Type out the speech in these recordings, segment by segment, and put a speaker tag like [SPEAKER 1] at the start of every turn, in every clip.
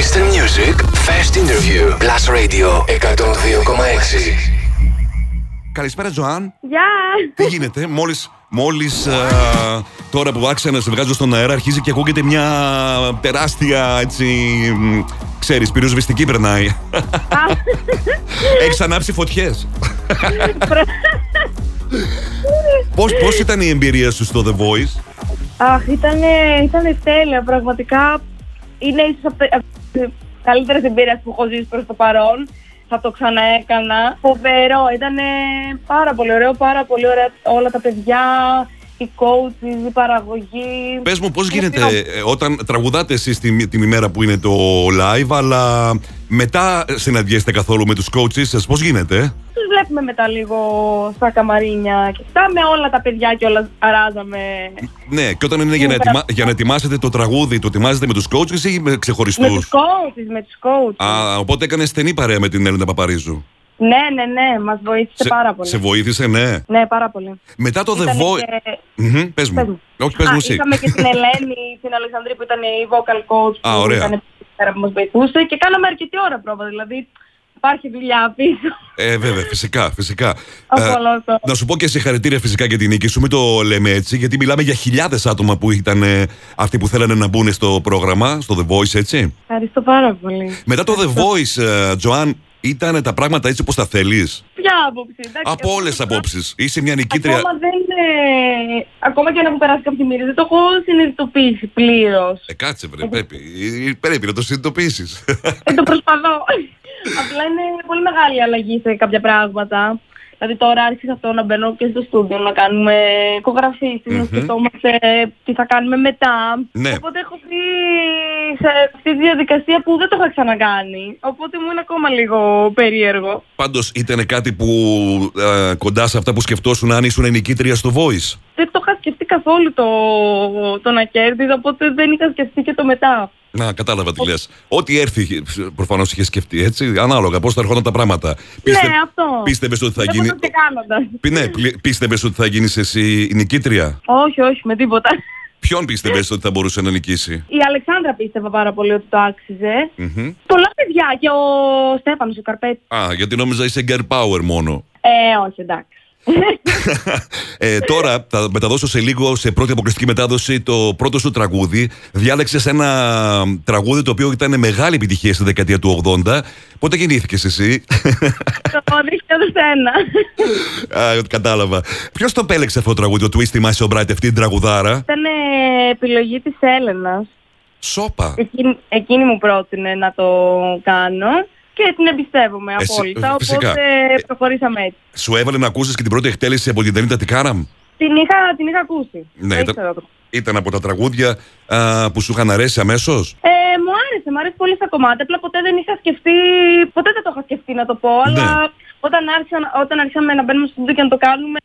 [SPEAKER 1] Eastern Music Fast Interview Plus Radio 102,6
[SPEAKER 2] Καλησπέρα, Ζωάν.
[SPEAKER 3] Γεια!
[SPEAKER 2] Τι γίνεται, μόλις. Μόλις, α, τώρα που άρχισα να σε βγάζω στον αέρα, αρχίζει και ακούγεται μια τεράστια έτσι. μ, Ξέρεις, πυροσβεστική περνάει.
[SPEAKER 3] Α,
[SPEAKER 2] Έχεις ανάψει φωτιές.
[SPEAKER 3] προ-
[SPEAKER 2] Πώς, πώς ήταν η εμπειρία σου στο The Voice?
[SPEAKER 3] Αχ, ήτανε, ήτανε τέλεια. Πραγματικά είναι ίσως από τα- από τις καλύτερες εμπειρίες που έχω ζήσει προς το παρόν. Θα το ξαναέκανα. Φοβερό. Ήταν πάρα πολύ ωραίο, πάρα πολύ ωραία όλα τα παιδιά, οι coaches, η παραγωγή.
[SPEAKER 2] Πες μου πώς γίνεται
[SPEAKER 3] Οφείλω-
[SPEAKER 2] ε, όταν τραγουδάτε εσείς την, την ημέρα που είναι το live, αλλά μετά συναντιέστε καθόλου με τους coaches σας, πώς γίνεται? ε?
[SPEAKER 3] Τους βλέπουμε μετά λίγο στα καμαρίνια και αυτά με όλα τα παιδιά και όλα αράζαμε
[SPEAKER 2] Ναι, και όταν είναι για να, ετοιμα- για να ετοιμάσετε το τραγούδι, το ετοιμάζετε με τους coaches ή με
[SPEAKER 3] με τους
[SPEAKER 2] ξεχωριστούς?
[SPEAKER 3] coaches, με τους coaches.
[SPEAKER 2] Α, οπότε έκανε στενή παρέα με την Έλληνα Παπαρίζου.
[SPEAKER 3] Ναι, ναι, ναι, μας βοήθησε πάρα πολύ.
[SPEAKER 2] σε βοήθησε, ναι.
[SPEAKER 3] Ναι, πάρα πολύ.
[SPEAKER 2] Μετά το The
[SPEAKER 3] Ήτανε
[SPEAKER 2] Voice.
[SPEAKER 3] και-
[SPEAKER 2] Μμμ, πες
[SPEAKER 3] Πες
[SPEAKER 2] μου.
[SPEAKER 3] μου.
[SPEAKER 2] Όχι, πες
[SPEAKER 3] Α,
[SPEAKER 2] μου εσύ.
[SPEAKER 3] Είχαμε και την Ελένη, την Αλεξανδρή που ήταν η vocal coach
[SPEAKER 2] Α,
[SPEAKER 3] που
[SPEAKER 2] ωραία.
[SPEAKER 3] ήταν πέρα που μας βοηθούσε και κάναμε αρκετή ώρα πρόβα, δηλαδή υπάρχει δουλειά πίσω
[SPEAKER 2] Ε, βέβαια, φυσικά, φυσικά.
[SPEAKER 3] από
[SPEAKER 2] Ε,
[SPEAKER 3] όλο αυτό.
[SPEAKER 2] να σου πω και συγχαρητήρια φυσικά για την νίκη σου, μην το λέμε έτσι, γιατί μιλάμε για χιλιάδες άτομα που ήταν ε, αυτοί που θέλανε να μπουν στο πρόγραμμα, στο The Voice, έτσι.
[SPEAKER 3] Ευχαριστώ πάρα πολύ.
[SPEAKER 2] Μετά το The Voice, ε, Τζοάν, ήταν τα πράγματα έτσι όπως τα θέλεις.
[SPEAKER 3] Ποια άποψη, εντάξει.
[SPEAKER 2] Από
[SPEAKER 3] εγώ
[SPEAKER 2] όλες τις
[SPEAKER 3] προσωπικά
[SPEAKER 2] απόψεις. Είσαι μια νικήτρια.
[SPEAKER 3] Ακόμα, δεν, ε, ακόμα και να έχουν περάσει κάποιοι μήνες, δεν το έχω συνειδητοποιήσει πλήρως.
[SPEAKER 2] Ε, κάτσε, βρε, πρέπει. Ε, Πρέπει να το συνειδητοποιήσεις.
[SPEAKER 3] Δεν Ε, το προσπαθώ. Απλά είναι πολύ μεγάλη αλλαγή σε κάποια πράγματα. Δηλαδή τώρα άρχισα αυτό να μπαίνω και στο στούντιο να κάνουμε οικογραφήσεις, να
[SPEAKER 2] Μμμ.
[SPEAKER 3] σκεφτόμαστε τι θα κάνουμε μετά.
[SPEAKER 2] Ναι.
[SPEAKER 3] Οπότε έχω μπει σε αυτή τη διαδικασία που δεν το είχα ξανακάνει. Οπότε μου είναι ακόμα λίγο περίεργο.
[SPEAKER 2] Πάντως ήταν κάτι που ε, κοντά σε αυτά που σκεφτόσουν αν ήσουν νικήτρια στο Voice.
[SPEAKER 3] Δεν το είχα σκεφτεί καθόλου το, το να κέρδιζα, οπότε δεν είχα σκεφτεί και το μετά.
[SPEAKER 2] Να, κατάλαβα τι λες. Ό,τι έρθει, προφανώς είχε σκεφτεί έτσι. Ανάλογα πώς θα ερχόταν τα πράγματα.
[SPEAKER 3] ναι, αυτό.
[SPEAKER 2] Πίστευες ότι θα
[SPEAKER 3] Δεν
[SPEAKER 2] γίνει.
[SPEAKER 3] μπορούσα και κάνοντας.
[SPEAKER 2] Πι- Ναι, πίστευες ότι θα γίνεις εσύ η νικήτρια.
[SPEAKER 3] Όχι, όχι, με τίποτα.
[SPEAKER 2] Ποιον πίστευες
[SPEAKER 3] Ε.
[SPEAKER 2] ότι θα μπορούσε να νικήσει.
[SPEAKER 3] Η Αλεξάνδρα πίστευα πάρα πολύ ότι το άξιζε.
[SPEAKER 2] Μμμ.
[SPEAKER 3] Πολλά παιδιά και ο Στέφανος ο Καρπέτης.
[SPEAKER 2] Α, γιατί νόμιζα είσαι girl power μόνο.
[SPEAKER 3] Ε, όχι, εντάξει.
[SPEAKER 2] ε, τώρα θα μεταδώσω σε λίγο σε πρώτη αποκλειστική μετάδοση το πρώτο σου τραγούδι. Διάλεξες ένα τραγούδι το οποίο ήταν μεγάλη επιτυχία στη δεκαετία του 80. Πότε γεννήθηκες εσύ.
[SPEAKER 3] το 2001.
[SPEAKER 2] Α, κατάλαβα. Ποιος το επέλεξε αυτό το τραγούδι, το Twisty My Sobriety, αυτή την τραγουδάρα.
[SPEAKER 3] Ήταν ε, επιλογή της Έλενας.
[SPEAKER 2] Σόπα.
[SPEAKER 3] Εκείνη, εκείνη μου πρότεινε να το κάνω και την εμπιστεύομαι
[SPEAKER 2] Εσύ-
[SPEAKER 3] απόλυτα,
[SPEAKER 2] ε, φυσικά.
[SPEAKER 3] οπότε προχωρήσαμε έτσι.
[SPEAKER 2] Σου έβαλε να ακούσεις και την πρώτη εκτέλεση από την Δανίτα Τικάραμ.
[SPEAKER 3] Την είχα, την είχα ακούσει.
[SPEAKER 2] Ναι,
[SPEAKER 3] Δεν
[SPEAKER 2] ήταν-
[SPEAKER 3] ξέρω το-
[SPEAKER 2] Ήταν από τα τραγούδια α, που σου είχαν αρέσει αμέσως.
[SPEAKER 3] Ε, μου άρεσε, μου άρεσε πολύ στα κομμάτια. Απλά ποτέ δεν είχα σκεφτεί, ποτέ δεν το είχα σκεφτεί να το πω.
[SPEAKER 2] Ναι.
[SPEAKER 3] Αλλά όταν, άρχισα, όταν άρχισαμε να μπαίνουμε στο βίντεο και να το κάνουμε,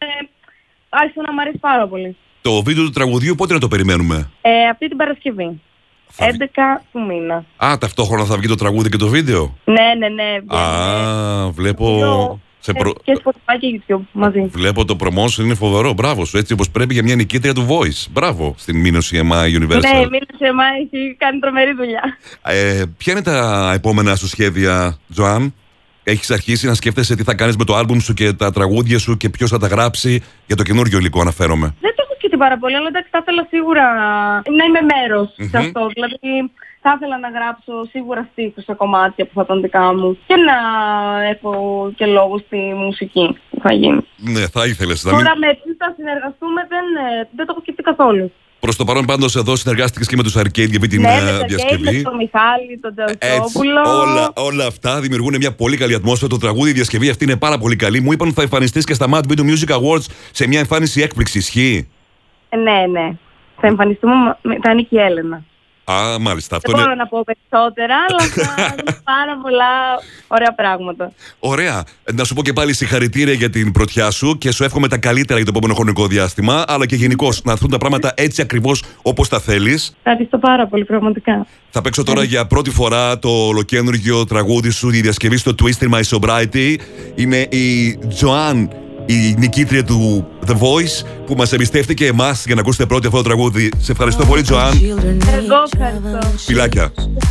[SPEAKER 3] άρχισε να μου αρέσει πάρα πολύ.
[SPEAKER 2] Το βίντεο του τραγουδιού πότε να το περιμένουμε.
[SPEAKER 3] Ε, αυτή την Παρασκευή.
[SPEAKER 2] Θα βγει.
[SPEAKER 3] 11 του μήνα.
[SPEAKER 2] Α, ταυτόχρονα θα βγει το τραγούδι και το βίντεο.
[SPEAKER 3] Ναι, ναι, ναι. βγαίνουμε.
[SPEAKER 2] Α, βλέπω.
[SPEAKER 3] Δύο,
[SPEAKER 2] Σε
[SPEAKER 3] ε,
[SPEAKER 2] προ...
[SPEAKER 3] Και Spotify και YouTube μαζί.
[SPEAKER 2] Βλέπω το promotion είναι φοβερό. Μπράβο σου. Έτσι όπως πρέπει για μια νικήτρια του Voice. Μπράβο στην Μήνωση EMI Universal.
[SPEAKER 3] Ναι, μίλησε σε εμά, έχει κάνει τρομερή δουλειά.
[SPEAKER 2] Ε, ποια είναι τα επόμενα σου σχέδια, Τζοάν. Έχεις αρχίσει να σκέφτεσαι τι θα κάνεις με το άλμπουμ σου και τα τραγούδια σου και ποιος θα τα γράψει. Για το καινούριο υλικό αναφέρομαι.
[SPEAKER 3] Δεν το έχω σκεφτεί πάρα πολύ, αλλά εντάξει, θα ήθελα σίγουρα να είμαι μέρος σε
[SPEAKER 2] Μμμ.
[SPEAKER 3] αυτό. Δηλαδή, θα ήθελα να γράψω σίγουρα στίχους σε κομμάτια που θα ήταν δικά μου και να έχω και λόγο στη μουσική που θα γίνει.
[SPEAKER 2] Ναι, θα ήθελες. Θα μην...
[SPEAKER 3] Τώρα με ποιους θα συνεργαστούμε δεν, ε, δεν το έχω σκεφτεί καθόλου.
[SPEAKER 2] Προς το παρόν, πάντως, εδώ συνεργάστηκες και με τους Arcade για την
[SPEAKER 3] ναι,
[SPEAKER 2] ε,
[SPEAKER 3] με τον Κέι,
[SPEAKER 2] διασκευή.
[SPEAKER 3] με τον Μιχάλη, τον
[SPEAKER 2] Έτσι,
[SPEAKER 3] Τζαουσόπουλο.
[SPEAKER 2] όλα, όλα αυτά δημιουργούν μια πολύ καλή ατμόσφαιρα. Το τραγούδι, η διασκευή αυτή είναι πάρα πολύ καλή. Μου είπαν ότι θα εμφανιστείς και στα Mad Video Music Awards σε μια εμφάνιση έκπληξη. Ισχύει.
[SPEAKER 3] Ναι, ναι. Θα εμφανιστούμε, μα- θα είναι και η Έλενα.
[SPEAKER 2] Α, μάλιστα. Αυτό
[SPEAKER 3] Δεν μπορώ
[SPEAKER 2] είναι.
[SPEAKER 3] να πω περισσότερα, αλλά θα δούμε πάρα πολλά ωραία πράγματα.
[SPEAKER 2] Ωραία. Να σου πω και πάλι συγχαρητήρια για την πρωτιά σου και σου εύχομαι τα καλύτερα για το επόμενο χρονικό διάστημα. Αλλά και γενικώς να έρθουν τα πράγματα έτσι ακριβώς όπως τα θέλεις.
[SPEAKER 3] Ευχαριστώ πάρα πολύ, πραγματικά.
[SPEAKER 2] Θα παίξω τώρα για πρώτη φορά το ολοκένουργιο τραγούδι σου, η διασκευή στο Twisted My Sobriety. Είναι η Joan, η νικήτρια του The Voice, που μας εμπιστεύτηκε εμάς για να ακούσετε πρώτη αυτό το τραγούδι. Σε ευχαριστώ πολύ, Joan.
[SPEAKER 3] Εγώ ευχαριστώ.
[SPEAKER 2] Φιλάκια.
[SPEAKER 3] Σας